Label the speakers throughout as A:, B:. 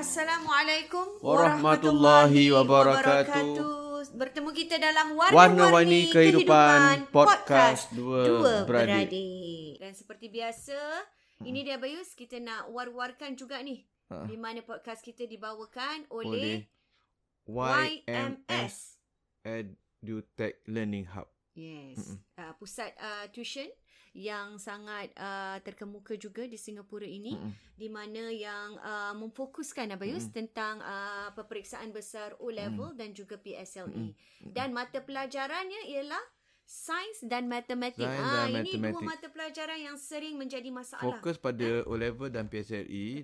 A: Assalamualaikum
B: Warahmatullahi wabarakatuh.
A: Bertemu kita dalam Warna-Warni
B: Warna-Warni
A: Kehidupan,
B: Kehidupan
A: Podcast
B: Podcast
A: Dua,
B: Dua
A: Beradik.
B: Beradik.
A: Dan seperti biasa, ini dia Bayus, kita nak war-warkan juga ni.
B: Ha.
A: Di mana podcast kita dibawakan oleh
B: Oleh
A: YMS.
B: EduTech Learning Hub.
A: Yes.
B: Mm-mm.
A: Uh, pusat uh, tuition yang sangat uh, terkemuka juga di Singapura ini
B: Mm-mm.
A: di mana yang uh, memfokuskan Abayus
B: Mm-mm. Mm.
A: tentang uh, peperiksaan besar O level dan juga PSLE.
B: Mm-mm.
A: E. Dan mata pelajarannya ialah sains dan matematik.
B: Sains
A: ah
B: dan
A: ini dua
B: matematik.
A: mata pelajaran yang sering menjadi masalah.
B: Fokus pada O-level dan PSLE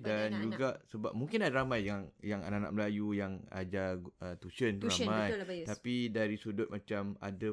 A: Kepada
B: E dan
A: Eh. anak-anak.
B: juga sebab mungkin ada ramai yang yang anak-anak Melayu yang ajar uh, tuition,
A: tuition
B: ramai.
A: betul Abayus.
B: Tapi dari sudut macam ada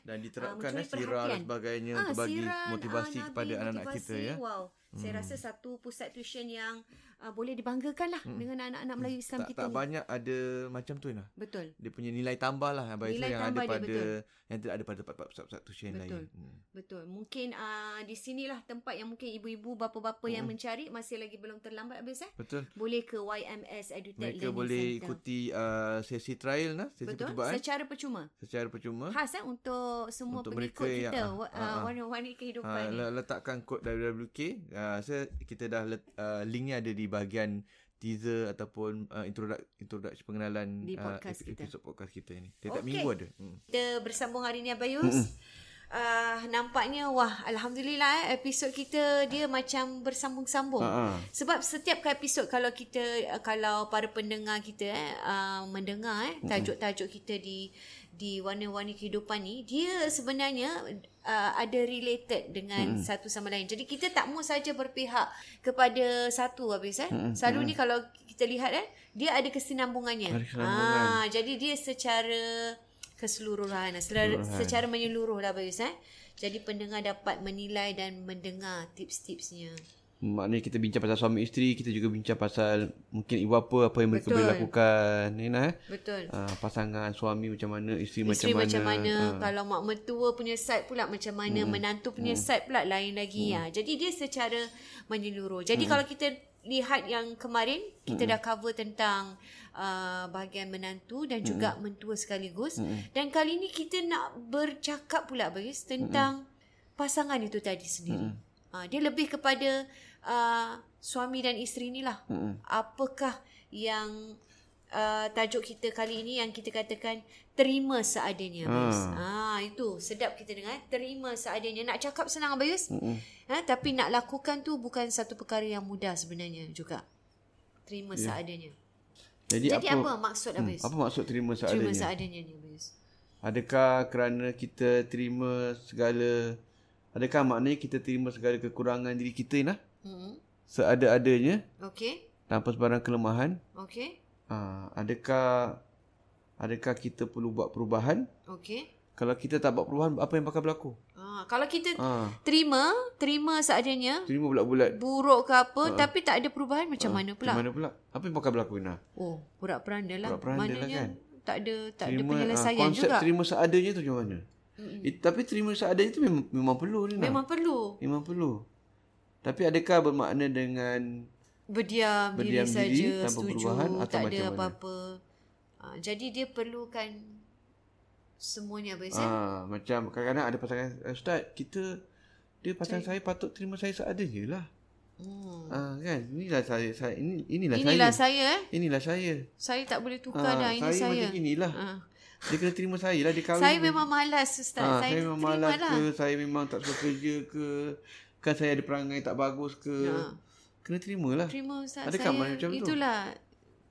B: dan diterapkan
A: Ah, mencuri
B: uh, sirah
A: perhatian.
B: dan sebagainya
A: Ah,
B: untuk bagi
A: siran,
B: motivasi
A: ah,
B: kepada
A: nabi,
B: anak-anak kita
A: motivasi.
B: ya.
A: Wow. Hmm. Saya
B: Hmm.
A: rasa satu pusat tuition yang uh, boleh dibanggakan lah
B: Hmm.
A: dengan anak-anak Melayu Islam
B: Tak,
A: kita
B: tak
A: ni.
B: banyak ada macam tu lah.
A: Betul.
B: Dia punya nilai tambah lah Abang Isa
A: Nilai
B: yang
A: tambah
B: ada
A: dia,
B: pada
A: betul.
B: yang tidak ada pada tempat-tempat pusat-pusat tuition
A: Betul.
B: lain. Hmm.
A: Betul. Mungkin uh, di sinilah tempat yang mungkin ibu-ibu, bapa-bapa yang
B: Mm-mm.
A: mencari masih lagi belum terlambat habis eh.
B: Betul.
A: Boleh ke YMS Edutech
B: Mereka
A: Learning
B: boleh
A: Centre.
B: ikuti uh, sesi trial lah, sesi
A: Betul.
B: percubaan
A: Secara percuma.
B: secara percuma. Ah,
A: Khas eh, untuk semua
B: Untuk
A: pengikut
B: mereka yang-
A: kita
B: ah,
A: wa-
B: ah,
A: uh,
B: ah.
A: warna-warni kehidupan
B: Ha,
A: ni.
B: le- letakkan kod WWK. Uh, saya kita dah let, uh, link ni ada di bahagian teaser ataupun uh, introduction introduction pengenalan
A: Di
B: ah,
A: podcast
B: epi-
A: kita.
B: episod podcast kita ni. Setiap
A: Okey.
B: minggu ada. Hmm.
A: Kita bersambung hari ni Abayus. Uh, nampaknya wah alhamdulillah eh, episod kita dia macam bersambung-sambung.
B: Ah, ah.
A: Sebab setiap episod kalau kita uh, kalau para pendengar kita eh uh, mendengar eh tajuk-tajuk kita di di warna-warni kehidupan ni dia sebenarnya uh, ada related dengan hmm. satu sama lain. Jadi kita tak mahu saja berpihak kepada satu habis eh. Hmm. Selalu ni kalau kita lihat eh dia ada kesinambungannya.
B: Ada kesinambungan.
A: Ah jadi dia secara keseluruhan secara,
B: Keseluruhan.
A: secara menyeluruh lah Bayus eh. Jadi pendengar dapat menilai dan mendengar tips-tipsnya.
B: Maknanya kita bincang pasal suami isteri, kita juga bincang pasal mungkin ibu apa apa yang mereka
A: Betul.
B: boleh lakukan. Ni nah. eh.
A: Betul.
B: Ah, pasangan suami macam mana, isteri,
A: Isteri
B: macam
A: macam
B: mana. Ah.
A: mana, Ah, kalau mak mertua punya side pula macam mana, menantu punya side pula lain lagi ya. Jadi dia secara menyeluruh. Jadi kalau kita lihat yang kemarin kita dah cover tentang uh, bahagian menantu dan juga mentua sekaligus dan kali ni kita nak bercakap pula Bayus tentang pasangan itu tadi sendiri. Ha, dia lebih kepada uh, suami dan isteri ni lah.
B: Mm-mm.
A: Apakah yang uh, tajuk kita kali ini yang kita katakan terima seadanya Abayus. Ha.
B: Ah.
A: itu sedap kita dengar eh? terima seadanya. Nak cakap senang Abayus.
B: Mm-mm.
A: Ha, tapi nak lakukan tu bukan satu perkara yang mudah sebenarnya juga. Terima yeah. seadanya.
B: Ya. Jadi,
A: Jadi apa,
B: apa,
A: maksud
B: Hmm,
A: Abayus?
B: apa maksud terima seadanya?
A: terima seadanya ni Abayus.
B: Adakah kerana kita terima segala Adakah maknanya kita terima segala kekurangan diri kita Inah?
A: Hmm.
B: Seada-adanya
A: Okey.
B: tanpa sebarang kelemahan?
A: Okey.
B: Ha, adakah adakah kita perlu buat perubahan?
A: Okey.
B: Kalau kita tak buat perubahan, apa yang bakal berlaku?
A: Ha, kalau kita
B: Ha,
A: terima, terima seadanya,
B: terima bulat-bulat.
A: buruk ke apa, tapi tak ada perubahan macam mana pula?
B: Ah. Macam mana pula? Apa yang bakal berlaku Inah?
A: Oh, pura peranda lah.
B: Porak-peranda lah
A: Maknanya
B: kan?
A: tak ada tak ada
B: Terima, ha,
A: penyelesaian
B: konsep
A: juga.
B: terima seadanya tu macam mana? Eh, tapi terima seadanya tu memang, memang perlu ni Inah.
A: Memang perlu
B: Memang perlu. Tapi adakah bermakna dengan
A: berdiam, diri
B: Berdiam diri
A: saja,
B: tanpa
A: setuju,
B: perubahan
A: tak
B: atau macam
A: ada
B: mana?
A: apa-apa. Ha, jadi dia perlukan semuanya habis eh.
B: Ah, macam kadang-kadang ada pasangan "Eh, ustaz, kita dia pasangan saya patut terima saya seadanya lah.
A: Hmm.
B: Ah kan, inilah saya saya ini inilah,
A: Inilah saya
B: saya.
A: eh.
B: Inilah saya.
A: Saya tak boleh tukar
B: Ah,
A: dah ini saya.
B: macam inilah.
A: Ha.
B: Dia kena terima saya lah dia kahwin.
A: Saya memang malas ustaz.
B: ah,
A: saya,
B: saya memang
A: terima
B: malas
A: lah.
B: ke, saya memang tak suka kerja ke, kan saya ada perangai tak bagus ke.
A: Ah.
B: Kena lah. terimalah.
A: Terima ustaz.
B: Adakah
A: saya
B: mana macam tu?
A: itulah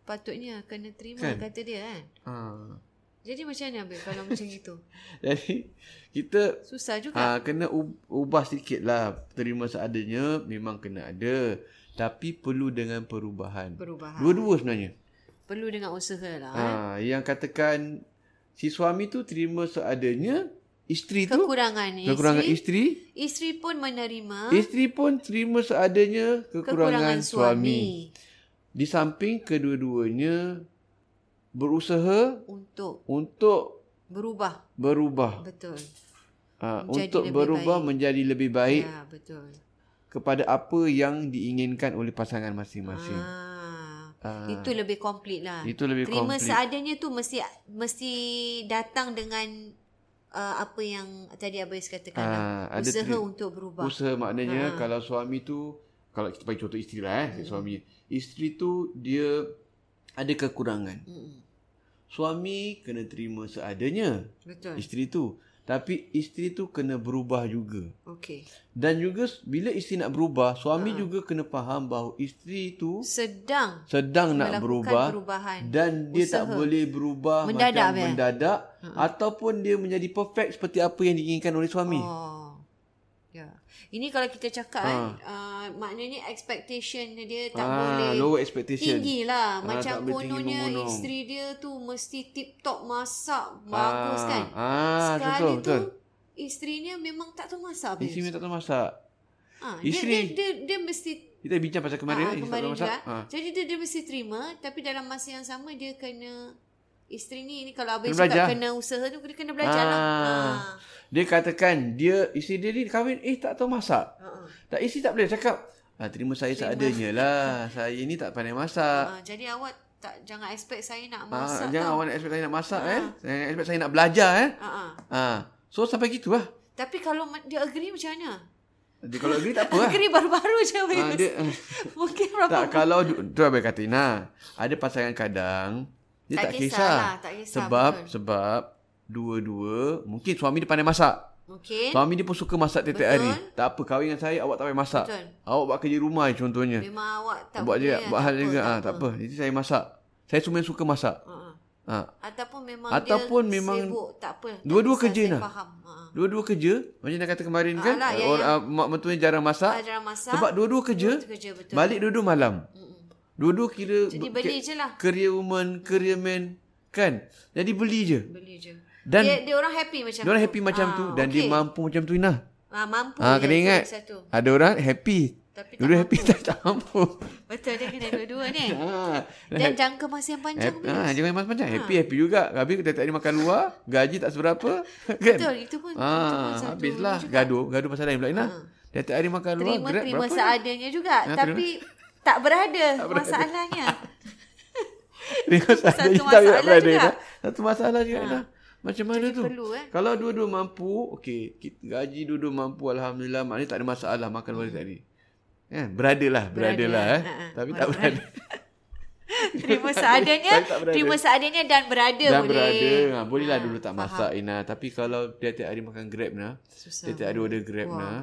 A: patutnya kena terima
B: Kan?
A: kata dia kan.
B: Ah.
A: Jadi macam mana ambil kalau macam itu?
B: Jadi kita
A: Susah juga.
B: Ah ha, kena u- ubah sikit lah terima seadanya memang kena ada tapi perlu dengan perubahan.
A: Perubahan.
B: Dua-dua sebenarnya.
A: Perlu dengan usaha lah. eh.
B: Ah ha, yang katakan si suami tu terima seadanya, isteri tu
A: Kekurangan
B: kekurangan
A: isteri.
B: isteri,
A: Isteri pun menerima
B: isteri pun terima seadanya
A: kekurangan
B: kekurangan, suami.
A: suami
B: Di samping kedua-duanya berusaha
A: untuk
B: untuk
A: berubah.
B: berubah.
A: Betul.
B: Ha,
A: Menjadi
B: untuk
A: lebih
B: berubah menjadi lebih baik
A: Ya, betul.
B: kepada apa yang diinginkan oleh pasangan masing-masing.
A: Ah.
B: Ah,
A: Itu lebih komplit lah.
B: itu lebih
A: Terima
B: komplit.
A: seadanya tu mesti mesti datang dengan uh, apa yang tadi Abais katakan lah.
B: Ah, ada
A: Usaha
B: tri-
A: untuk Ah. berubah.
B: Usaha maknanya kalau suami tu kalau kita bagi contoh isteri lah eh, hmm. suami. Isteri tu dia ada kekurangan.
A: Mm-mm.
B: Suami kena terima seadanya
A: Betul.
B: isteri tu. Tapi isteri tu kena berubah juga.
A: Okey.
B: Dan juga s- bila isteri nak
A: Ah.
B: berubah, suami juga kena faham bahawa isteri tu
A: Sedang
B: sedang nak
A: melakukan
B: berubah
A: perubahan.
B: dan dia tak boleh berubah
A: Mendadak, Hmm.
B: macam
A: Abel.
B: mendadak ataupun dia menjadi perfect seperti apa yang diinginkan oleh suami.
A: Oh. Ya. Ini kalau kita cakap
B: Ah.
A: ha. uh, maknanya expectation dia tak boleh
B: low Ah, expectation.
A: tinggi lah.
B: Ah,
A: Macam
B: tak boleh tinggi
A: kononnya
B: menggunung.
A: isteri dia tu mesti tip top masak bagus kan.
B: Ah,
A: Sekali tu
B: betul, betul.
A: isterinya memang tak tahu masak
B: Isteri
A: habis.
B: memang tak tahu masak.
A: Ha,
B: isteri-
A: dia, dia, dia, dia mesti
B: Kita bincang pasal kemarin.
A: ha,
B: eh, isteri tak
A: kemarin
B: tahu
A: juga.
B: masak.
A: Ha. Jadi dia, dia mesti terima tapi dalam masa yang sama dia kena isteri ni ni kalau abang
B: Kena
A: cakap
B: belajar.
A: kena usaha tu dia kena belajar lah.
B: Ah. Dia katakan, dia isteri dia ni kahwin, eh tak tahu masak.
A: Ha. Ha.
B: Tak, isteri tak boleh cakap. Ah, terima saya seadanya lah. Saya ni tak pandai
A: Ah,
B: masak.
A: jadi awak tak jangan expect saya nak
B: Ah,
A: masak
B: jangan
A: tau.
B: awak nak expect saya nak masak eh. Saya nak expect saya nak belajar eh.
A: Ah, ah.
B: Ah, so sampai gitu lah.
A: Tapi kalau ma- dia agree macam mana?
B: Dia kalau agree tak apa lah.
A: Agree baru-baru je
B: Ah,
A: habis.
B: dia,
A: Mungkin berapa
B: tak kalau du- tu abang kata Ina, ada pasangan kadang dia
A: Tak
B: tak,
A: kisah
B: kisah.
A: lah, tak kisah,
B: sebab
A: betul.
B: sebab dua-dua mungkin suami dia pandai masak.
A: Mungkin
B: Suami dia pun suka masak tiap-tiap hari.
A: Eh? Betul.
B: Tak apa kahwin dengan saya awak tak payah masak.
A: Betul.
B: Awak buat kerja rumah je contohnya.
A: memang awak tak
B: buat je
A: boleh
B: buat
A: lah,
B: hal
A: tak
B: juga
A: apa,
B: ah tak apa. Jadi saya masak. Saya cuma suka masak.
A: Ah, ah.
B: Ha.
A: Ataupun memang
B: Ataupun
A: dia
B: memang
A: sibuk tak apa. Tak
B: dua-dua
A: kisah,
B: kerja
A: saya
B: nak.
A: Faham. Ha.
B: Dua-dua kerja macam dah kata kemarin
A: Ah,
B: kan
A: lah, ya,
B: orang
A: ya.
B: ah, mak mentua jarang masak.
A: Ajaran masak.
B: Sebab dua-dua kerja,
A: dua-dua kerja, betul.
B: balik dua-dua malam. Dua-dua kira
A: Jadi
B: be-
A: beli je lah.
B: career woman, career man kan. Jadi beli je.
A: Beli je.
B: Dan-
A: dia, dia orang happy macam
B: Dia orang
A: tu.
B: happy macam
A: Ah,
B: tu dan
A: okey.
B: dia mampu macam tu Inah.
A: Ah, mampu. je,
B: Ah kena
A: itu
B: ingat.
A: Satu.
B: Ada orang happy.
A: Tapi tak
B: Dulu happy tak tak mampu.
A: Betul dia kena dua-dua ni.
B: Ha.
A: Dan jangka masa yang panjang.
B: Happy, ha, jangan mas
A: Ah.
B: macam happy happy juga. Habis kita tak ada makan luar, gaji tak seberapa, kan?
A: Betul, itu pun- itu pun
B: Ah,
A: satu
B: habislah
A: juga. Ah.
B: gaduh, gaduh pasal lain pula Inah. Dia tak ada makan luar,
A: terima
B: grab
A: terima
B: berapa?
A: seadanya juga
B: Ah,
A: tapi tak berada masalahnya
B: Tengok
A: Satu
B: saja tak
A: masalah
B: masalah berada
A: juga.
B: juga. Satu masalah juga ha. Macam mana
A: Jadi
B: tu?
A: perlu, eh.
B: Kalau dua-dua mampu, okey, ki- gaji dua-dua mampu alhamdulillah, maknanya tak ada masalah makan wali tadi. Kan? Beradalah, beradalah eh.
A: Ha, ha.
B: Tapi
A: Walaupun
B: tak berada.
A: terima seadanya
B: Tapi tak berada.
A: terima seadanya dan berada
B: Dah
A: boleh
B: berada. Ha, bolehlah dulu tak masak Ina, tapi kalau dia tiap hari makan Grab nah,
A: susah
B: dia tiap hari order Grab
A: Wah.
B: nah.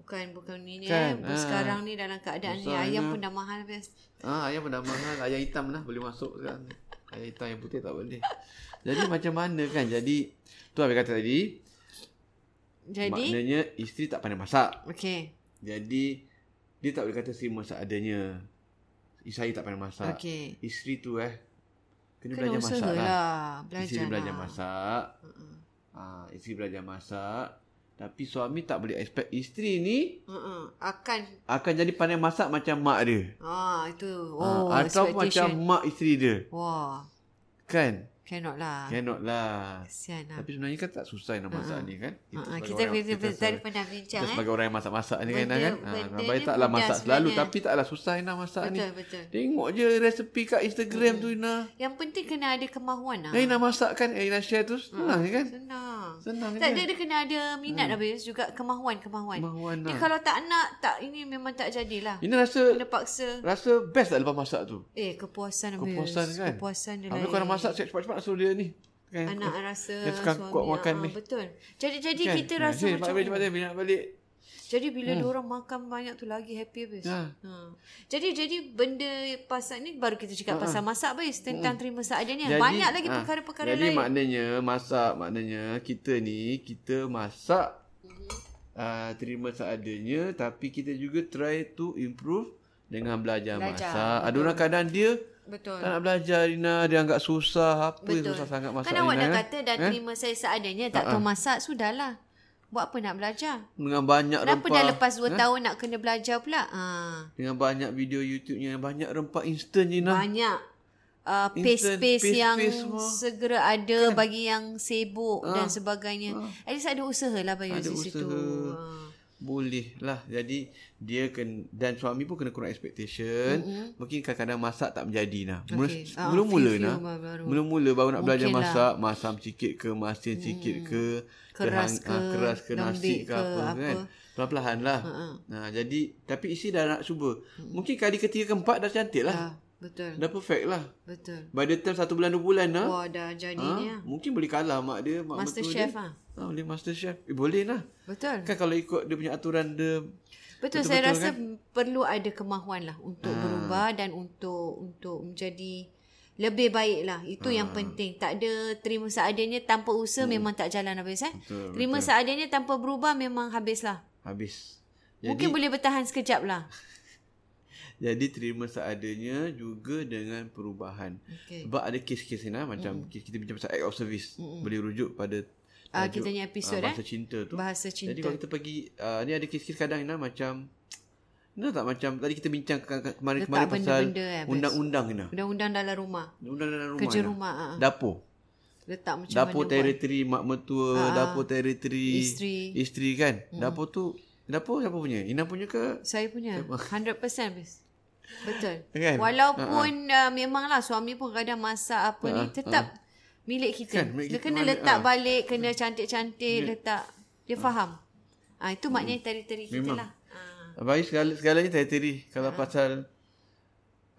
A: bukan bukan ni
B: Kan,
A: kan, eh
B: ah.
A: sekarang ni dalam keadaan ni
B: Susah,
A: ayam
B: Ana.
A: pun dah mahal best
B: Ah, ayam pendamang lah. Ayam hitam lah boleh masuk kan. Ayam hitam, ayam putih tak boleh. Jadi macam mana kan? Jadi, tu Habib kata tadi,
A: Jadi
B: Maknanya isteri tak pandai masak.
A: okey.
B: Jadi dia tak boleh kata isteri masak adanya. Eh, Saya tak pandai masak.
A: Okey.
B: Isteri tu eh
A: Kena
B: kena, belajar
A: usaha
B: masak
A: lah.
B: lah.
A: Belajar
B: isteri
A: lah.
B: belajar masak.
A: Mm-mm.
B: Ah, isteri belajar masak. Tapi suami tak boleh expect isteri ni
A: Mm-mm. Akan
B: akan jadi pandai masak macam mak dia.
A: Ah itu Oh
B: Oh, ah, atau macam
A: expectation
B: mak isteri dia.
A: Wah
B: Kan?
A: Cannot lah
B: Cannot lah.
A: Kesian lah
B: Tapi sebenarnya kan tak susah nak masak ni
A: Ha,
B: kan.
A: ha,
B: sebagai
A: kita
B: orang-
A: kita, kita tadi
B: se-
A: pernah
B: Kita
A: bincang eh.
B: sebagai orang yang masak-masak ni kan
A: Benda-
B: kan. Ha,
A: benda
B: baik
A: ni
B: taklah
A: mudah
B: masak selalu
A: sebenarnya.
B: tapi taklah susah Ina masak ni.
A: Betul betul.
B: Tengok je resepi kat Instagram tu Ina.
A: Yang penting kena ada kemahuan lah.
B: Eh Ina masak kan, eh, Ina share
A: Hmm.
B: tu senang je kan.
A: Senang.
B: Senang je. Hmm.
A: Tak dia, dia kena ada minat habis juga kemahuan kemahuan.
B: Kemahuan
A: Dia
B: lah.
A: kalau tak nak tak ini memang tak jadilah.
B: Ina rasa
A: Kena paksa.
B: rasa best tak lepas masak tu.
A: Eh kepuasan habis.
B: Kepuasan kan.
A: Kepuasan dia
B: Habis kau nak masak cepat-cepat suruh dia ni. Kan?
A: Anak rasa
B: Dia suka
A: suami.
B: kuat makan
A: ah,
B: ni.
A: betul. Jadi jadi
B: Kan?
A: kita
B: Ha,
A: rasa
B: sini,
A: macam
B: balik, cepat dia, bila nak balik.
A: Jadi bila hmm. orang makan banyak tu lagi happy habis.
B: Ha.
A: Ha. Jadi jadi benda pasal ni baru kita cakap pasal masak habis tentang terima seadanya. Jadi, Ya, banyak lagi
B: ah,
A: perkara-perkara lain.
B: jadi maknanya masak maknanya kita ni kita masak uh, terima seadanya tapi kita juga try to improve dengan belajar,
A: Belajar,
B: masak. Ada orang kadang dia
A: Betul.
B: tak nak belajar Rina dia anggap susah apa
A: Betul.
B: susah sangat masak
A: Kan awak
B: Rina
A: dah
B: kan?
A: kata dah
B: Eh? Ah,
A: terima saya seadanya, tak tahu masak, sudahlah. Buat apa nak belajar?
B: dengan banyak
A: Kenapa
B: rempah Eh?
A: dah lepas 2 tahun nak kena belajar pula? Ha.
B: dengan banyak video YouTube-nya banyak rempah instant je Rina.
A: Banyak uh,
B: Instant
A: paste-paste
B: paste-paste
A: yang
B: semua. Kan? Ah.
A: segera ada bagi yang sibuk dan sebagainya. At least ada usaha lah Bayu
B: Ada
A: di situ.
B: usaha.
A: Ha.
B: Boleh lah Jadi Dia ken, Dan suami pun kena kurang expectation mm-hmm. Mungkin kadang-kadang masak tak menjadi nah.
A: Okey.
B: Mula,
A: Ah,
B: Mula-mula
A: few-few
B: nah.
A: baru-baru.
B: Mula-mula baru nak belajar
A: Mungkin lah.
B: masak Masam sikit ke Masin sikit ke
A: Mm. Keras
B: dia hang-
A: ke,
B: ah, Keras ke nasi
A: lembik
B: ke,
A: ke,
B: apa, kan
A: apa.
B: Pelan-pelan lah uh-huh. nah, Jadi Tapi isi dah nak cuba mm-hmm. Mungkin kali ketiga keempat dah cantik lah
A: Mm. Ah, betul.
B: Dah perfect lah
A: Betul.
B: By the time satu bulan dua bulan lah
A: Wah dah jadi
B: ha,
A: ni lah.
B: Mungkin boleh kalah mak dia mak
A: Oh, Master
B: mertua
A: chef
B: dia.
A: ah.
B: ha, Boleh master chef eh, Boleh lah
A: Betul.
B: Kan kalau ikut dia punya aturan dia
A: Betul,
B: betul-betul Hmm.
A: saya rasa kan? perlu ada kemahuan lah untuk ha. berubah dan untuk untuk menjadi lebih baik lah. Itu ha. yang
B: Hmm.
A: penting. Tak ada terima seadanya tanpa usaha hmm. memang tak jalan habis eh.
B: Betul,
A: terima seadanya tanpa berubah memang habis lah.
B: Habis.
A: Jadi, Mungkin
B: Jadi
A: boleh bertahan sekejap lah.
B: jadi terima seadanya juga dengan perubahan. Okay.
A: Okey.
B: Sebab ada kes-kes ni lah, macam mm. kita bincang pasal act of service. Mm. Boleh rujuk pada
A: Ah,
B: tajuk,
A: kita punya episod,
B: ah, bahasa
A: eh?
B: cinta tu.
A: Bahasa
B: Jadi
A: cinta.
B: kalau kita pergi uh, ni ada kes-kes kadang Ina macam Ina tak macam tadi kita bincang ke- ke- kemarin-kemarin
A: Letak
B: pasal
A: benda-benda, eh, bes-
B: undang-undang Ina.
A: Undang-undang dalam rumah.
B: Undang-undang dalam rumah.
A: Kerja
B: Ina.
A: rumah. Ha.
B: Dapur.
A: Letak macam
B: dapur
A: mana buat. Ah,
B: teritori mak mertua, dapur teritori
A: Isteri. Hmm.
B: isteri kan. Dapur tu dapur siapa punya? Ina punya ke
A: Saya punya 100% bis. Betul.
B: Kan? ha.
A: Walaupun uh, memanglah suami pun kadang masak apa ni tetap milik kita.
B: Kan, milik
A: Dia
B: kita
A: kena
B: balik,
A: letak
B: ah.
A: balik, kena cantik-cantik letak. Dia faham. Ah itu maknanya teritori kita
B: ha. Hmm. Memang.
A: lah. Ah,
B: Baik segala segalanya teritori kalau pasal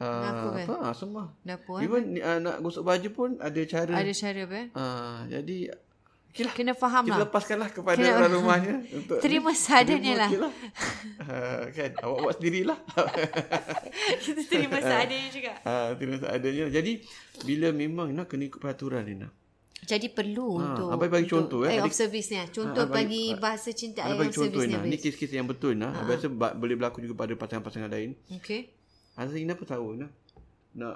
A: Kenapa,
B: uh,
A: kan?
B: apa ah, semua.
A: dapur. Eh.
B: Even uh, nak gosok baju pun ada cara.
A: Ada cara apa? eh?
B: Ah, jadi okay lah.
A: Kena faham lah.
B: Kita lepaskanlah kepada
A: Kena-
B: orang rumahnya untuk
A: Terima seadanya lah.
B: okey Ah, kan awak buat sendirilah.
A: Kita terima
B: Ha.
A: seadanya juga.
B: Ah, terima seadanya. Jadi bila memang nak kena ikut peraturan Nina.
A: Jadi perlu untuk
B: Ha, Abang bagi
A: untuk
B: contoh, eh.
A: act
B: Ada-
A: of service ni. ah. Contoh
B: Ah,
A: bagi
B: bagi-
A: bahasa cinta act
B: Ada bagi
A: of service
B: contoh
A: ni.
B: Ina. Ni
A: eh, habis. Ah.
B: kes-kes yang betul Ina. Biasa ba- boleh berlaku juga pada pasangan-pasangan lain.
A: Okey.
B: Ada Ina pun tahu Ina. Nak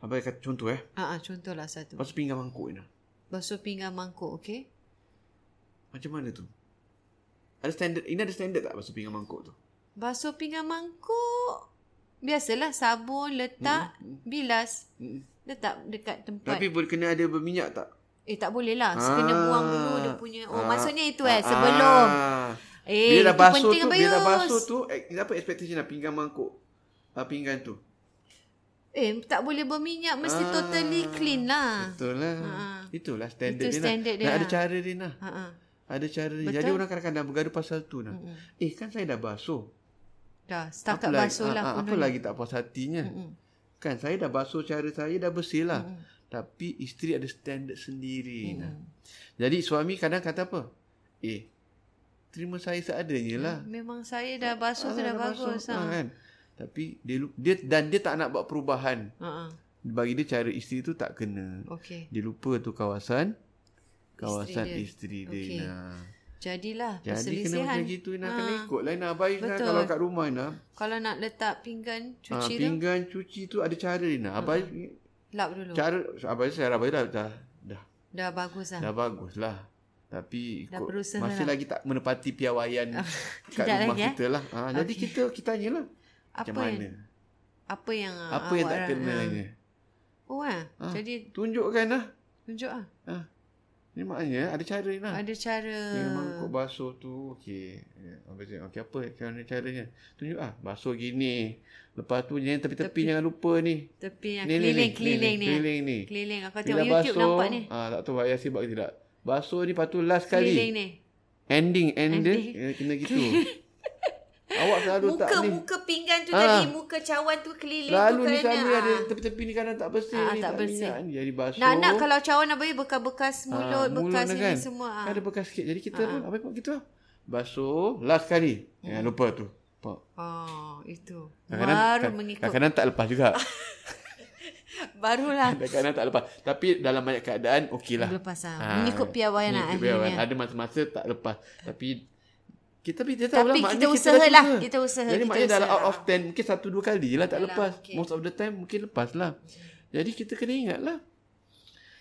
B: Abang kata contoh eh.
A: Ah ah contohlah satu.
B: Lepas tu pinggan mangkuk Ina.
A: Basuh pinggan mangkuk, okey?
B: Macam mana tu? Ada standard, ini ada standard tak basuh pinggan mangkuk tu?
A: Basuh pinggan mangkuk. Biasalah sabun letak hmm. bilas. Hmm. Letak dekat tempat.
B: Mm-hmm. Tapi boleh kena ada berminyak tak?
A: eh tak boleh lah. Ah. Kena
B: Ah.
A: buang dulu dia punya. Oh
B: Ah.
A: maksudnya itu eh sebelum.
B: Ah.
A: Eh
B: bila dah
A: itu
B: basuh
A: penting
B: tu,
A: Abayus.
B: bila dah basuh tu, eh, apa expectation lah pinggan mangkuk? Ah, pinggan tu.
A: Eh tak boleh berminyak mesti
B: Ah.
A: totally clean lah.
B: Betul lah.
A: Ah.
B: Itulah standard,
A: Itu
B: dia,
A: standard
B: nak.
A: dia
B: Nak ada
A: lah.
B: cara dia nak.
A: Ha ah.
B: Ada cara dia. Jadi orang kadang-kadang bergaduh pasal tu
A: Hmm.
B: nak. Eh kan saya dah basuh.
A: Dah setakat
B: lagi-
A: basuh lah Hmm.
B: ah, ah, apa
A: penuh.
B: lagi tak puas hatinya? Kan saya dah basuh cara saya dah bersih lah.
A: Hmm.
B: Tapi isteri ada standard sendiri. Nah. Jadi suami kadang kata apa? Eh, terima saya seadanya lah.
A: Eh, Memang saya dah Hmm. basuh tu
B: Ah,
A: dah bagus. Ha.
B: basuh. Ah, kan? Tapi dia, lu- dia dan dia tak nak buat perubahan.
A: Ha ah.
B: Bagi dia cara isteri tu tak kena.
A: Okey.
B: Dia lupa tu kawasan kawasan
A: dia.
B: isteri dia,
A: Okey.
B: okay. Ina.
A: Jadilah
B: Jadi kena
A: perselisihan.
B: macam gitu Ina kena
A: Ah.
B: ikut lah Ina baik Ina
A: Betul.
B: kalau kat rumah Ina.
A: Kalau nak letak pinggan
B: Ah,
A: cuci tu,
B: pinggan cuci tu ada cara Ina. Abai
A: lap dulu.
B: cara abai saya abai dah dah dah,
A: Dah bagus lah.
B: dah bagus lah. Tapi
A: Dah
B: ikut,
A: berusaha
B: masih
A: lah.
B: lagi tak menepati piawaian kat
A: tidak
B: rumah
A: lagi, eh?
B: kita lah. Ah, Jadi kita kita tanyalah
A: Apa
B: macam
A: yang
B: mana.
A: apa yang ah,
B: Apa yang
A: awak
B: tak
A: ra- ah.
B: kenanya.
A: Oh ah.
B: Ah.
A: Jadi
B: Tunjukkan lah.
A: tunjuk ah.
B: Ah. Ni maknanya ada cara Ina.
A: Ada cara
B: Yang mangkuk basuh tu Okey Ya, Abang cakap Okey apa Macam mana caranya Tunjuk lah Basuh gini Lepas tu yang tepi-tepi Jangan lupa ni
A: tepi yang
B: Ni, ni,
A: keliling
B: ni, ni,
A: keliling
B: ni,
A: ni.
B: keliling ni.
A: Keliling. Aku
B: Bila
A: tengok YouTube nampak ni.
B: ah, Tak tahu Pak Yasi buat ke tidak Basuh ni Lepas tu last kali
A: Keliling ni.
B: Ending End dia
A: Ending.
B: eh, Kena gitu Awak selalu
A: Muka
B: tak ni
A: muka pinggan tu
B: Ah.
A: tadi, muka cawan tu keliling
B: Selalu
A: tu
B: ni
A: kerana.
B: selalu ada
A: ah.
B: Tepi-tepi ni kadang tak bersih
A: Ah,
B: ni,
A: tak bersih.
B: minyak ni. Jadi basuh
A: Anak-anak kalau cawan apa bekas-bekas mulut,
B: Ah,
A: bekas
B: dia
A: ni
B: kan.
A: semua. ah.
B: Ada bekas sikit. Jadi kita ha. apa pun kita basuh last kali. Hmm. Jangan lupa tu. Pak.
A: Oh, itu. Baru
B: kad-
A: mengikut.
B: Kadang-kadang tak lepas juga.
A: Barulah
B: kadang-kadang tak lepas. Tapi dalam banyak keadaan okeylah.
A: lepas ah.
B: Ah,
A: Mengikut piawaian lah
B: mengikut piawaian.
A: akhirnya.
B: Ada masa-masa tak lepas. Tapi kita tapi dia tahu
A: Tapi
B: lah,
A: kita
B: maknanya
A: usaha
B: dah
A: lah.
B: cuba.
A: Kita usaha.
B: Jadi
A: kita
B: maknanya
A: usaha.
B: dalam out of 10 mungkin satu dua kali lah tak
A: Yalah,
B: lepas.
A: okey.
B: Most of the time mungkin lepas lah. Jadi kita kena ingat lah.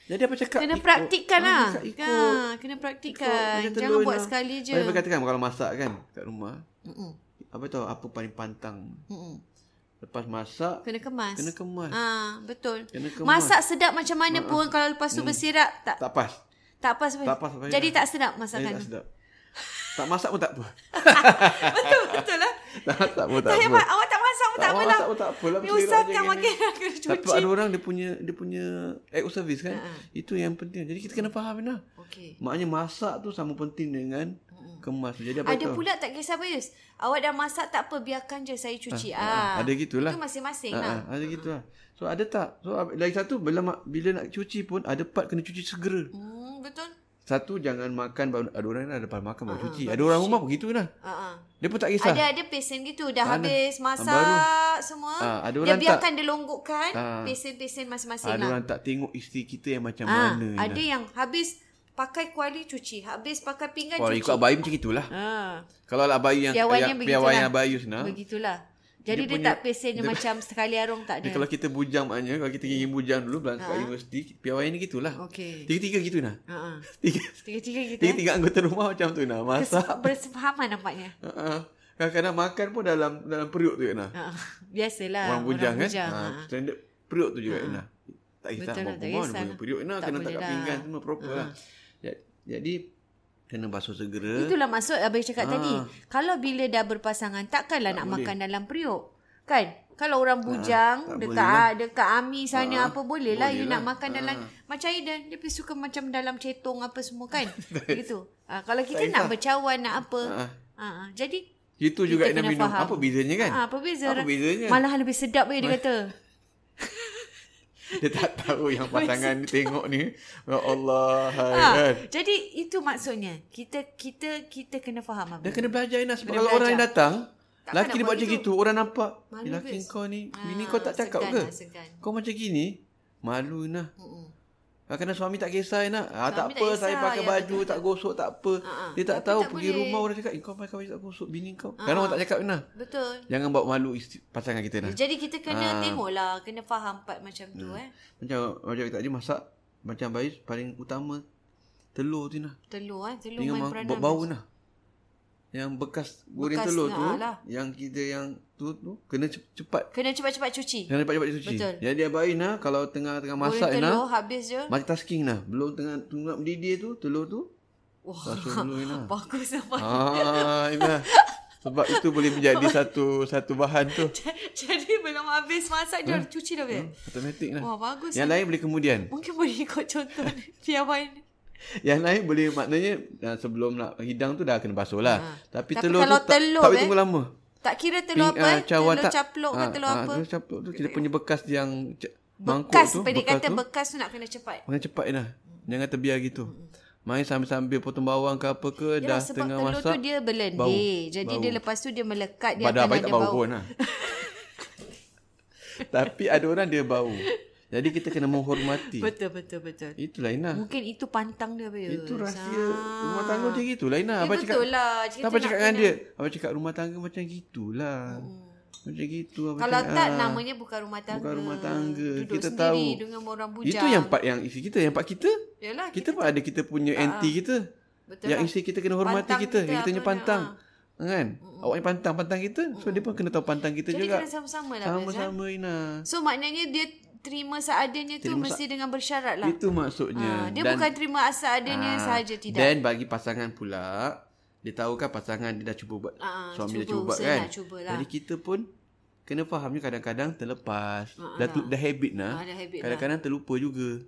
B: Jadi apa cakap?
A: Kena
B: ikut.
A: praktikkan
B: Ah,
A: lah. Ha,
B: cakap Ikut.
A: kena
B: Ikut
A: praktikkan.
B: macam
A: Jangan
B: telur
A: buat
B: lah.
A: sekali je.
B: Baik katakan kalau masak kan kat rumah.
A: Mm-mm.
B: Apa tahu apa paling pantang.
A: Mm-mm.
B: Lepas masak
A: Kena kemas.
B: kena kemas.
A: Ah, betul.
B: Kena kemas.
A: Masak sedap macam mana pun kalau lepas tu bersirak tak
B: Tak pas.
A: tak pas. pun.
B: tak pas apa
A: Jadi
B: yang-
A: tak sedap
B: Jadi
A: masakan
B: tak
A: tu.
B: sedap. Tak masak pun tak apa.
A: Betul betul lah.
B: tak masak pun tak
A: Tak
B: apa.
A: hebat. Awak tak masak pun tak
B: Tak
A: apalah.
B: masak pun tak
A: Ni kan
B: apalah. Berselerak je
A: usahkan
B: dengan
A: makin kena
B: Tapi
A: cuci.
B: ada orang dia punya dia punya act of service kan.
A: Ha.
B: Itu yang penting. Jadi kita kena faham lah.
A: Okey.
B: Maknanya masak tu sama penting dengan kemas. Jadi apa
A: Ada
B: tahu?
A: pula tak kisah Bayus. Awak dah masak tak apa biarkan je saya cuci.
B: Ah,
A: Ah.
B: ada gitulah.
A: Itu masing-masing
B: Ha,
A: lah.
B: ha, ada gitu lah. So ada tak? So ab- lagi satu bila ma- bila nak cuci pun ada part kena cuci segera.
A: Hmm, betul.
B: Satu jangan makan baru ada orang lah depan makan baru cuci. Ada orang rumah begitu lah.
A: Ah ah.
B: Dia pun tak kisah.
A: Ada ada pesen gitu dah
B: Mana?
A: habis masak
B: Baru.
A: semua.
B: Ah, ada
A: dia
B: orang
A: biarkan dia longgokkan
B: Ah.
A: pesen-pesen masing-masing
B: Ada
A: lah.
B: orang tak tengok isteri kita yang macam
A: Ah,
B: mana. lah.
A: ada yang habis pakai kuali cuci, habis pakai pinggan
B: Kalau
A: cuci.
B: ikut Abayu macam itulah.
A: Ah.
B: Kalau lah Abayu yang
A: Piawainya
B: yang
A: begitulah.
B: piawaian Abayu sana.
A: Begitulah. Jadi dia,
B: Ha? Dia punya-
A: tak pesen dia, macam sekali arung tak
B: Dia
A: ada.
B: kalau kita bujang maknanya kalau kita ingin bujang dulu belanja kat universiti, piawaian ni gitulah.
A: Ha. Okey.
B: Tiga-tiga gitu nah.
A: Ha ah.
B: Tiga
A: Tiga-tiga kita. eh.
B: tiga anggota rumah macam tu nah. Masak.
A: Kes- Bersefahaman nampaknya.
B: Ha, ha. Kadang-kadang makan pun dalam dalam periuk tu nah.
A: Ha ah. Biasalah.
B: Orang bujang kan.
A: bujang,
B: Ha,
A: ah.
B: standard periuk tu juga nah. Tak kisah
A: Betul lah,
B: apa
A: tak
B: pun
A: kisah
B: boleh
A: lah.
B: periuk nah
A: Tak
B: kena
A: boleh
B: tak
A: dah. Ha.
B: pinggan semua proper lah. Ja- Jadi kena basuh segera.
A: Itulah maksud abang cakap
B: Ah.
A: tadi. Kalau bila dah berpasangan takkanlah
B: Tak
A: nak
B: boleh. Ah,
A: makan dalam periuk. Kan? Kalau orang bujang
B: tak
A: dekat
B: boleh lah.
A: dekat ami sana
B: Ah,
A: apa boleh lah you
B: boleh
A: nak
B: lah.
A: makan dalam macam Aidan dia pergi suka macam dalam cetong apa semua kan. Begitu. Ah, kalau kita nak bercawan nak apa.
B: Ah.
A: Ah, ah. jadi
B: Itu juga
A: kita
B: Ina
A: kena
B: minum.
A: faham.
B: Apa bezanya kan?
A: Ah, apa beza?
B: Apa bezanya?
A: Malahan lebih sedap eh dia kata.
B: Dia tak tahu yang pasangan ni tengok ni. Ya Allah. Hai,
A: Ah,
B: kan.
A: jadi itu maksudnya. Kita kita kita kena faham apa.
B: Dia kena belajar Ina. Sebab
A: Kena
B: kalau
A: belajar.
B: orang yang datang.
A: Takkan nak
B: laki dia
A: buat
B: buat macam
A: gitu.
B: gitu. Orang nampak.
A: Malu
B: "Eh, laki
A: guys."
B: kau ni.
A: Ah,
B: Bini kau tak cakap
A: segan
B: ke?
A: lah, segan.
B: Kau macam gini. Malu Ina.
A: Mm-mm.
B: Kadang-kadang suami tak kisah Ina. Ah,
A: Suami
B: tak
A: tak
B: apa saya
A: kisah,
B: pakai
A: ya,
B: baju.
A: betul-betul.
B: Tak gosok tak apa.
A: Ah, ah.
B: Dia tak
A: Tapi
B: tahu.
A: tak
B: Pergi
A: boleh. Ah,
B: rumah orang cakap. "Eh, Kau pakai baju tak gosok. Bini kau. Kadang orang tak cakap Ina.
A: Betul.
B: Jangan bawa malu isteri- pasangan kita Ina.
A: Jadi kita kena
B: Ah. Hmm.
A: tengoklah, kena faham part macam tu eh.
B: Macam macam tadi masak. Macam baik paling utama. Telur tu Ina.
A: Telur eh, telur
B: Dengan
A: main
B: ma-
A: peranan.
B: bau- bau nah. Yang bekas goreng
A: Bekas
B: telur
A: nak
B: tu
A: lah.
B: yang kita yang tu tu kena cep- cepat.
A: Kena cepat-cepat cuci.
B: Jangan cepat-cepat cuci.
A: Betul.
B: Jadi abai nah ah, kalau tengah-tengah
A: Goreng
B: masak ah,
A: telur ah.
B: nah
A: habis je.
B: multitasking nah. lah. Belum tengah tunggu mendidih tu telur tu
A: Wah,
B: basuh dulu nah.
A: bagus lah, apa.
B: Ah, Ina. Sebab itu boleh menjadi satu satu bahan tu.
A: Jadi belum habis masak
B: Hmm.
A: dia dah cuci dah weh.
B: Automatik nah.
A: Wah, bagus.
B: lah. Yang lain boleh kemudian.
A: Mungkin boleh ikut contoh ni, DIY ni.
B: Yang lain boleh maknanya ah, sebelum nak hidang tu dah kena basuh lah. Tapi,
A: Ah. Tapi
B: telur
A: kalau
B: tu tak,
A: telur,
B: tak boleh
A: eh,
B: tunggu lama.
A: Tak kira telur apa,
B: ah,
A: eh,
B: cawan
A: telur caplok ke
B: ah,
A: telur
B: ah,
A: apa.
B: Telur caplok tu kita punya bekas yang c- mangkuk
A: Bekas
B: tu.
A: pendek kata
B: tu.
A: bekas tu nak kena cepat.
B: Makan cepat lah. Jangan terbiar gitu. Main sambil-sambil potong bawang ke apa ke dah
A: Yalah, sebab
B: tengah
A: telur
B: masak.
A: tu dia berlendir.
B: bau.
A: Jadi
B: Bau.
A: dia lepas tu dia melekat dia
B: Badan
A: akan
B: baik
A: ada
B: tak
A: bau.
B: bau pun lah. Tapi ada orang dia bau. Jadi kita kena menghormati.
A: Betul betul betul.
B: Itulah Ina.
A: Mungkin itu pantang dia Bayus.
B: Itu rahsia rumah tangga macam gitulah Ina.
A: Ya,
B: Ah, Abang cakap,
A: betul lah. Kita
B: Abang
A: nak
B: cakap dengan
A: kena- Hmm.
B: dia. Abang cakap rumah tangga macam gitulah. Macam gitu. Abang
A: Kalau
B: cakap,
A: tak
B: ah.
A: namanya bukan rumah tangga.
B: Bukan rumah tangga.
A: Duduk
B: Kita
A: sendiri
B: tahu.
A: dengan orang bujang.
B: Itu yang part yang isi kita. Yang part kita.
A: Yalah,
B: Kita pun ada kita punya
A: Ah,
B: anti kita.
A: betul
B: Yang
A: lah.
B: isi kita kena hormati
A: Pantang
B: kita.
A: kita
B: Kita
A: apa
B: punya
A: nak,
B: pantang. Kan? Awak yang pantang, pantang kita. So, dia pun kena tahu pantang kita
A: Jadi
B: juga.
A: kena sama-sama lah. Bayus, eh.
B: Sama-sama Ina.
A: So maknanya dia terima seadanya tu mesti dengan bersyarat lah.
B: Itu maksudnya.
A: Ha, dia bukan terima asal adanya
B: Ah,
A: sahaja tidak.
B: Then bagi pasangan pula, dia tahu kan pasangan dia dah cuba buat,
A: Ah, cuba,
B: suami dah
A: lah.
B: cuba buat
A: usaha,
B: kan.
A: cubalah.
B: Jadi kita pun kena faham ni kadang-kadang terlepas. dah, tel- dah habit nah.
A: Ah, dah habit
B: kadang-kadang terlupa juga.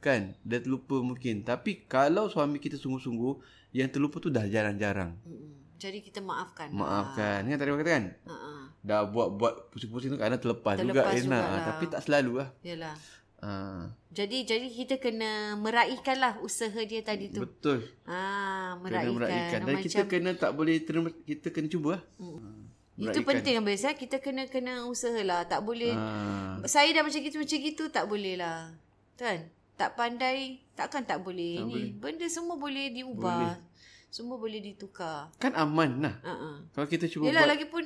B: Kan? Dah terlupa mungkin. Tapi kalau suami kita sungguh-sungguh, yang terlupa tu dah jarang-jarang.
A: Mm-mm. Jadi kita maafkan.
B: Maafkan. Kan tadi orang kata kan?
A: Ha ah.
B: Dah buat-buat pusing-pusing tu kadang terlepas, juga.
A: Terlepas
B: Rena.
A: jugalah.
B: Tapi tak selalu lah.
A: Yalah.
B: Ah,
A: Jadi jadi kita kena meraihkanlah usaha dia tadi tu.
B: betul.
A: Ah,
B: Kena
A: meraihkan.
B: meraihkan. Dan
A: Macam, Mm.
B: kita kena tak boleh terima, kita kena cuba lah.
A: itu penting kan biasa kita kena kena usahalah. Tak boleh
B: Ah,
A: saya dah macam gitu macam gitu tak boleh lah. Kan? Tak pandai takkan tak boleh tak ni. Boleh. Benda semua boleh diubah. Boleh. Semua boleh ditukar.
B: kan aman lah.
A: Ha ah.
B: Kalau kita cuba
A: Yelah
B: Yalah, buat Ah.
A: lagi pun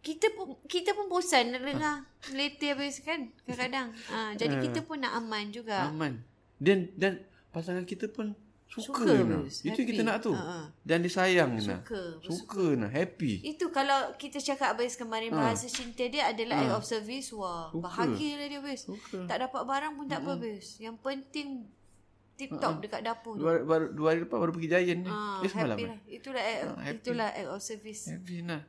A: kita pun kita pun bosan nak dengar letih habis kan kadang-kadang. Ha, jadi kita pun nak aman juga.
B: aman. Dan dan pasangan kita pun suka,
A: Suka,
B: suka
A: Fiz.
B: Itu yang kita
A: Happy.
B: nak tu.
A: Ha, ha.
B: Dan dia sayang Nak.
A: Suka,
B: Suka nak happy.
A: Itu kalau kita cakap habis kemarin bahasa cinta dia adalah act of service. Wah,
B: Ah. Suka.
A: bahagialah dia habis. Tak dapat barang pun tak apa habis. Yang penting tip top dekat dapur tu.
B: Dua, baru, dua hari lepas baru pergi Giant ni.
A: Ha,
B: eh semalam.
A: happy
B: eh?
A: lah. Itulah act, itulah act of service.
B: Happy nah.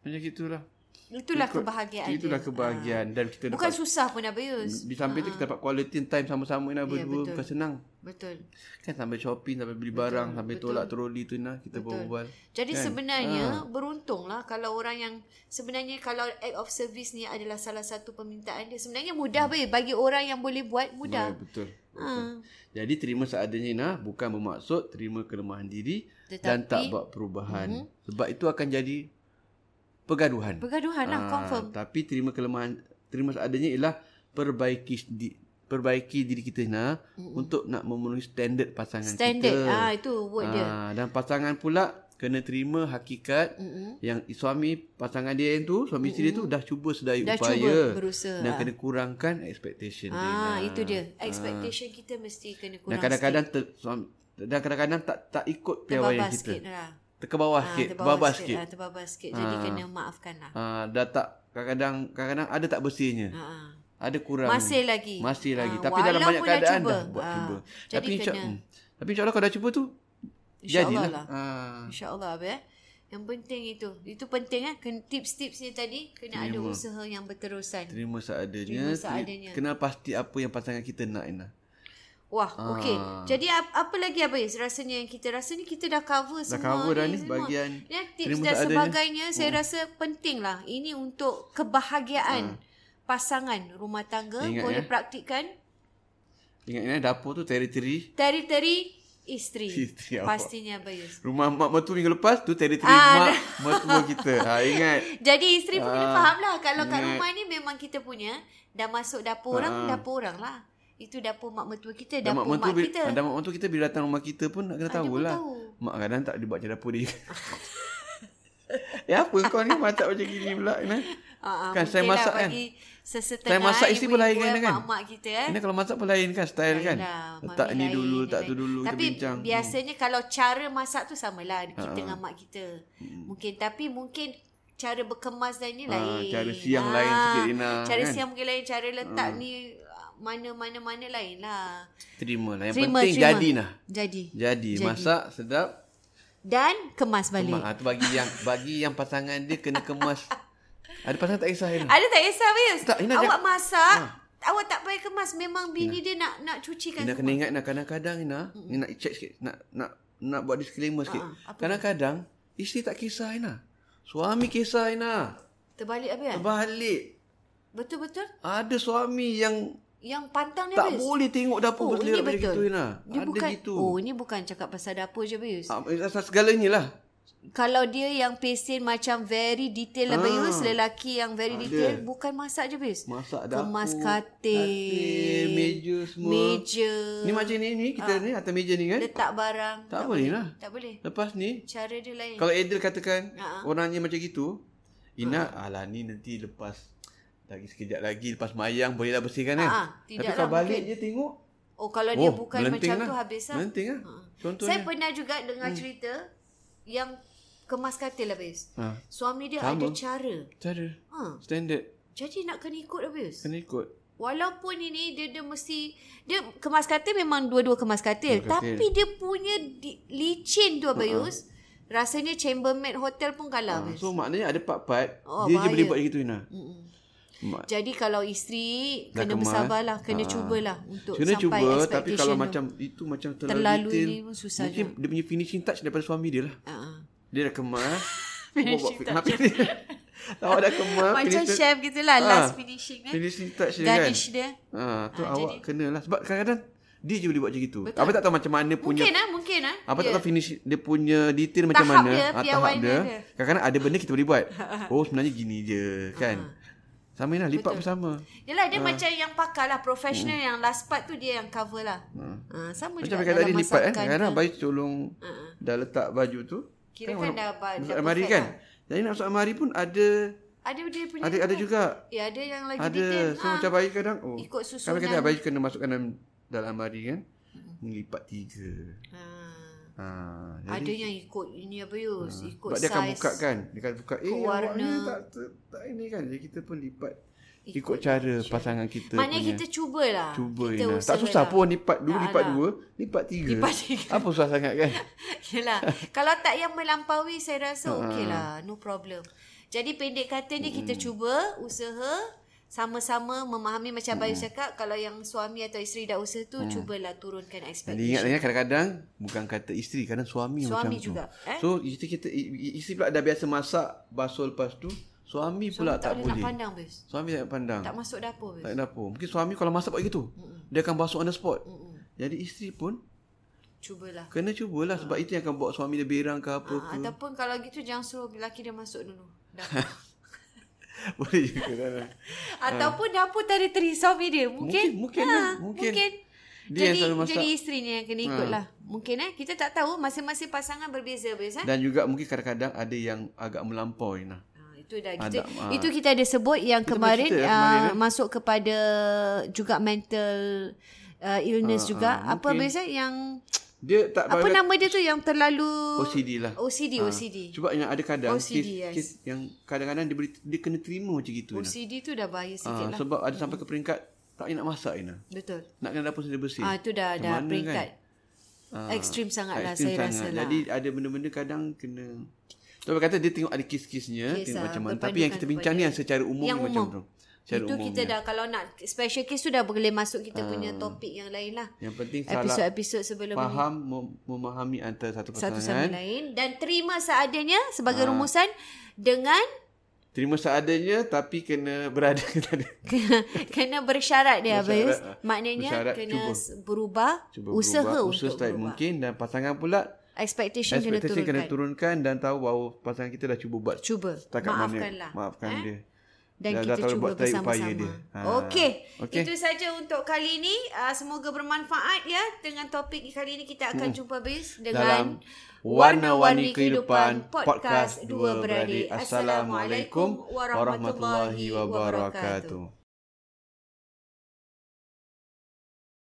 B: Macam gitulah.
A: Itulah
B: Ikut-
A: kebahagiaan
B: Itulah
A: dia.
B: kebahagiaan dan
A: Ha.
B: kita dapat Mm.
A: Bukan susah pun habis.
B: di samping tu kita dapat quality time sama-sama nak
A: Ah.
B: berdua
A: Ya, betul.
B: bukan senang.
A: Betul.
B: Kan sampai shopping, sampai beli barang, sampai tolak troli tu nah kita berbual.
A: Jadi kan? sebenarnya
B: Ah.
A: beruntunglah kalau orang yang sebenarnya kalau act of service ni adalah salah satu permintaan dia. Sebenarnya mudah
B: Mm.
A: hmm. bagi orang yang boleh buat
B: Ya,
A: mudah.
B: betul.
A: Ha.
B: Jadi terima seadanya Ina bukan bermaksud terima kelemahan diri Tetapi,
A: Tetapi-
B: dan tak buat perubahan.
A: Mhm.
B: Mm-hmm. Sebab itu akan jadi pergaduhan.
A: Pergaduhan lah
B: Ah,
A: confirm.
B: Tapi terima kelemahan terima seadanya ialah perbaiki di, perbaiki diri kita Ina mm-hmm. untuk nak memenuhi standard pasangan
A: Mhm. Standard.
B: kita.
A: Ah ha, itu word dia.
B: Ah, dan pasangan pula kena terima hakikat
A: Mm-mm.
B: yang suami pasangan dia yang tu suami isteri dia tu dah cuba sedaya
A: Dah
B: upaya
A: cuba berusaha.
B: dan kena kurangkan expectation dia. Ina.
A: Ah ha, itu dia. Expectation kita mesti kena
B: Dan
A: kurang
B: kadang-kadang ter, suam- dan kadang-kadang tak tak ikut piawaian
A: terbabas
B: kita.
A: sikit lah.
B: Terkebawah
A: Ah,
B: sikit,
A: terbabas
B: babas
A: sikit.
B: sikit.
A: Ah, terbabas sikit. Jadi kena maafkan lah.
B: Ah, dah tak kadang-kadang kadang-kadang ada tak bersihnya.
A: Ha. ah.
B: Ada kurang.
A: Masih lagi.
B: Masih lagi.
A: Ah,
B: Tapi dalam banyak
A: walaupun dah
B: keadaan
A: cuba.
B: dah buat
A: Ah,
B: cuba.
A: jadi
B: Tapi insya
A: kena-
B: hmm. Tapi insya-Allah kalau dah cuba tu
A: InsyaAllah
B: jadilah.
A: lah.
B: Ah,
A: InsyaAllah Abel eh. Yang penting itu. Itu penting eh. Ken- Tips-tips ni tadi kena ada usaha yang berterusan.
B: terima seadanya.
A: Terima
B: teri-
A: seadanya.
B: Kenal pasti apa yang pasangan kita nak Ina.
A: Wah, okey.
B: Ah.
A: Jadi ap- apa lagi Abel? Rasanya yang kita rasa ni kita dah cover
B: Dah
A: semua.
B: cover dah ni
A: semua.
B: bagian
A: Ya, tips
B: terima Hmm.
A: dan
B: seadanya.
A: sebagainya saya rasa penting lah. Ini untuk kebahagiaan pasangan rumah tangga
B: Hmm. Ingat,
A: boleh
B: ya.
A: praktikkan
B: Ingat Ina dapur tu teritori
A: teritori isteri.
B: Isteri awak.
A: Pastinya Bayus.
B: rumah mak mertua minggu lepas tu teritori
A: Ah,
B: mak mertua kita. Ha ingat.
A: Jadi isteri pun kena
B: Ah,
A: faham lah Kalau kat
B: ingat.
A: rumah ni memang kita punya Dah masuk dapur orang, dapur orang lah Itu dapur mak mertua kita,
B: Dan
A: dapur
B: mak mentua
A: mak
B: bila,
A: kita Ah,
B: kita. Dan mak mentua kita bila datang rumah kita pun nak kena
A: dia pun
B: tahulah.
A: tahu.
B: Mak kadang tak dia buat macam dapur dia. ya apa kau ni masak macam gini pula eh? nah.
A: Ah, ah,
B: Kan, saya
A: mungkin
B: masak kan.
A: bagi Sesetengah
B: Saya masak isteri pun lain
A: ibu-ibu
B: kan,
A: eh,
B: kan?
A: Mak-mak kita eh
B: Ini kalau masak pun lain kan style kan.
A: Yelah, mak
B: tak
A: mi
B: ni
A: lain,
B: dulu,
A: dia
B: tak
A: lain.
B: tu dulu
A: tapi
B: kita bincang.
A: biasanya kalau cara masak tu samalah kita dengan mak kita.
B: Hmm.
A: Mungkin tapi mungkin cara berkemas dan ni
B: Ah,
A: lain. Ah,
B: cara siang lain sikit, Ina,
A: Cara
B: kan? Ha.
A: siang mungkin lain, cara letak ni ah, mana-mana-mana lain lah.
B: Terima lah. Yang
A: Terima,
B: penting
A: terima.
B: jadi nah.
A: Jadi.
B: Jadi, masak sedap.
A: Dan kemas balik.
B: Mak, ah, tu bagi yang bagi yang pasangan dia kena kemas. Ada pasangan tak kisah Ina.
A: Ada tak kisah Fiz?
B: Tak, Ha. Ina,
A: awak masak, awak tak payah kemas. Memang bini dia nak nak cucikan
B: Ina kena
A: semua.
B: ingat nah kadang-kadang Ina, ni nak check sikit, nak nak nak buat disclaimer sikit.
A: Ah, ah, apa
B: kadang-kadang isteri tak kisah Ina. Suami kisah Ina.
A: Terbalik habis kan?
B: Terbalik.
A: Betul-betul?
B: Ada suami yang
A: Yang pantang dia Fiz?
B: tak boleh tengok
A: Oh,
B: dapur
A: ini
B: berselera macam
A: betul.
B: gitu Ina.
A: Dia
B: lah. Ada
A: bukan,
B: gitu.
A: Oh, ni bukan cakap pasal dapur je, Bayus.
B: Ah, Asal segalanya lah.
A: kalau dia yang pesen macam very detail lah
B: Ah.
A: Bayus lelaki yang very
B: Ada.
A: detail bukan masak je Bayus
B: Masak dapur.
A: kemas katil
B: katil, meja semua.
A: meja Ah.
B: Ni macam ni, ni kita ni atas meja ni kan.
A: letak barang
B: Tak boleh lah.
A: tak boleh
B: Lepas ni,
A: cara dia lain
B: kalau Adel katakan
A: Ha.
B: orangnya macam gitu, Ina, alah ni nanti lepas lagi sekejap lagi lepas mayang bolehlah bersihkan kan.
A: Ha,
B: Tapi
A: tidaklah
B: kalau balik je tengok,
A: oh kalau dia
B: oh,
A: bukan
B: melenting
A: macam
B: lah.
A: tu habis lah
B: Melenting lah.
A: Ha.
B: Contohnya. Hmm.
A: saya pernah juga dengar cerita yang kemas katil lah Bayus
B: ha,
A: suami dia
B: Sama.
A: ada cara
B: cara
A: ha.
B: standard
A: jadi nak kena ikut lah Bayus
B: kena ikut.
A: Walaupun ini dia dia mesti dia kemas katil memang dua-dua kemas katil,
B: Kemas katil.
A: tapi dia punya di, licin tu Abayus. Uh-huh. Rasanya chambermaid hotel pun kalah
B: Ha,
A: Abayus.
B: so maknanya ada part-part
A: Oh,
B: dia je
A: bahaya.
B: boleh buat gitu Ina. Mak,
A: Jadi kalau isteri
B: Dah
A: kena
B: kemas.
A: bersabarlah, kena
B: Ha.
A: cubalah untuk
B: kena
A: sampai
B: cuba
A: expectation
B: tapi kalau
A: tu.
B: macam itu macam terlalu,
A: Terlalu
B: detail,
A: ini pun susah
B: mungkin dia punya finishing touch daripada suami dia lah.
A: Uh-huh.
B: Dia dah kemas.
A: Finishing
B: buat- buat- Kenapa ni? Awak dah kemas.
A: Macam
B: finishing-
A: chef gitulah
B: Ah,
A: last finishing dia.
B: Finishing touch dia kan.
A: Garnish dia.
B: Ha, tu
A: Ah,
B: awak
A: jadi-
B: kena lah. Sebab kadang-kadang dia je boleh buat macam gitu. Abang tak tahu macam mana punya.
A: Mungkin ah, mungkin ah.
B: Abang tak tahu finish dia punya detail macam
A: Tahap
B: mana.
A: dia,
B: Ah,
A: piawai
B: tahap
A: dia
B: dia.
A: ada.
B: Kadang-kadang ada benda kita boleh buat. Oh sebenarnya gini je kan.
A: Ah.
B: Sama lah lipat bersama.
A: Yelah dia macam yang pakar lah Professional yang last part tu Dia yang cover lah ha. Sama
B: Hmm. Macam
A: juga
B: kata tadi
A: dalam
B: lipat kan.
A: masakan
B: Kadang-kadang
A: ke.
B: bayi tolong
A: Ah.
B: dah letak baju tu.
A: Kira kan dah ba-
B: masuk
A: dah
B: almari
A: perfect
B: kan. Jadi nak masuk almari pun ada
A: Ada dia punya
B: ada
A: tu
B: ada
A: kan?
B: juga.
A: Ya ada yang lagi
B: Ada.
A: detail
B: So macam bayi kadang oh.
A: ah, Ikut
B: Kami
A: susunan
B: kata bayi kena masukkan dalam dalam almari kan. Lipat tiga.
A: ha.
B: Ha, jadi- Ah.
A: Ada yang ikut Ini apa Yus Ikut
B: Sebab
A: size
B: dia akan buka kan Dia akan buka Eh
A: Ikut
B: awak
A: warna.
B: ni tak, tak, tak ini kan Jadi kita pun lipat Ikut,
A: Ikut
B: cara pasangan kita
A: Maknanya
B: punya.
A: kita cubalah
B: Cuba
A: kita
B: Ina. Tak
A: usahalah.
B: susah pun lipat Dulu
A: Tak
B: lipat
A: lah.
B: dua Lipat tiga
A: Lipat tiga.
B: Apa susah sangat kan
A: Yelah Kalau tak yang melampaui Saya rasa
B: Ah.
A: okey lah No problem Jadi pendek katanya Kita
B: Hmm.
A: cuba Usaha sama-sama memahami macam Bayu
B: Hmm.
A: cakap kalau yang suami atau isteri dah usaha tu cubalah turunkan
B: Jadi
A: expectation.
B: Hmm. ingat Ina, kadang-kadang Bukan kata isteri Kadang suami,
A: Suami
B: macam
A: juga,
B: tu
A: eh?
B: So isteri, kita, isteri pula dah biasa masak Basuh lepas tu Suami pula
A: tak,
B: tak,
A: boleh nak
B: boleh Ah. Eh.
A: pandang bes.
B: Suami tak pandang
A: Tak masuk dapur bes.
B: Tak dapur Mungkin suami kalau masak buat gitu Dia akan basuh on the spot Jadi isteri pun
A: Cubalah.
B: Kena cubalah Sebab itu yang akan buat suami dia berang ke apa
A: Ha, ataupun kalau gitu jangan suruh lelaki dia masuk dulu. Dapur.
B: Ah. Boleh juga kan
A: ataupun dapur tak ada terisomi dia. Mungkin
B: Mungkin, mungkin
A: ha,
B: lah. Mungkin. Dia yang
A: jadi,
B: selalu Ah. masak.
A: jadi isteri ni yang kena ikut lah. Mungkin eh. Kita tak tahu. Masing-masing pasangan berbeza bes. Eh?
B: Dan juga mungkin kadang-kadang ada yang agak melampau Ina.
A: Ha, itu dah kita
B: Ada, ah.
A: itu kita ada sebut yang kemarin, cerita,
B: cerita lah
A: kemarin uh,
B: kemarin,
A: masuk kepada juga mental uh, illness
B: Ah,
A: juga
B: ah,
A: apa
B: mungkin.
A: biasa yang
B: Dia tak
A: apa
B: barat-
A: nama dia tu yang terlalu
B: OCD lah.
A: OCD
B: Ah.
A: OCD
B: Sebab yang ada kadang
A: OCD,
B: kes,
A: yes.
B: kes yang kadang-kadang dia, boleh, dia kena terima macam gitu Ina.
A: OCD tu dah bahaya Oh, sikit
B: Ah,
A: lah
B: sebab ada sampai ke peringkat tak payah nak masak Ina.
A: betul
B: Nak kena dapur sendiri bersih.
A: Ah itu dah
B: Macam
A: dah
B: mana
A: peringkat
B: kan?
A: kan? ekstrim sangat lah
B: Ekstrim
A: saya rasa lah.
B: Jadi ada benda-benda kadang kena Sebab kata dia tengok ada kes-kesnya
A: Kes
B: tengok
A: lah,
B: macam mana. Tapi yang kita
A: berpandukan
B: bincang ni yang secara umum
A: Yang
B: ni macam
A: umum.
B: tu. Secara
A: itu kita dah kalau nak special case tu dah boleh masuk kita punya topik yang lain lah.
B: Yang penting Ah. salah
A: Episod-episod sebelum ni.
B: faham mem- memahami antara satu
A: satu
B: pasangan.
A: sama lain dan terima seadanya sebagai
B: Ah.
A: rumusan dengan
B: Terima seadanya tapi kena berada kena ada.
A: kena bersyarat dia Abayus.
B: Bersyarat, ah.
A: Maknanya
B: Bersyarat,
A: kena
B: cuba.
A: s- berubah,
B: Cuba
A: usaha
B: berubah,
A: untuk
B: sebaik
A: berubah.
B: mungkin dan pasangan pula
A: Expectation, kena
B: ekspektasi
A: turunkan.
B: kena, turunkan dan tahu bahawa pasangan kita dah cuba buat
A: Cuba.
B: setakat
A: Maafkanlah.
B: mana. Maafkan
A: Eh?
B: dia.
A: dan
B: Dah-
A: kita
B: dah tahu
A: cuba
B: buat tarik upaya
A: bersama-sama.
B: dia. Ha.
A: Okey.
B: Okey.
A: Itu saja untuk kali ini. Uh, semoga bermanfaat ya dengan topik kali ini kita akan jumpa bis dengan
B: Hmm. Dalam Warna-Warni Kehidupan Podcast Dua Beradik. Assalamualaikum warahmatullahi wabarakatuh.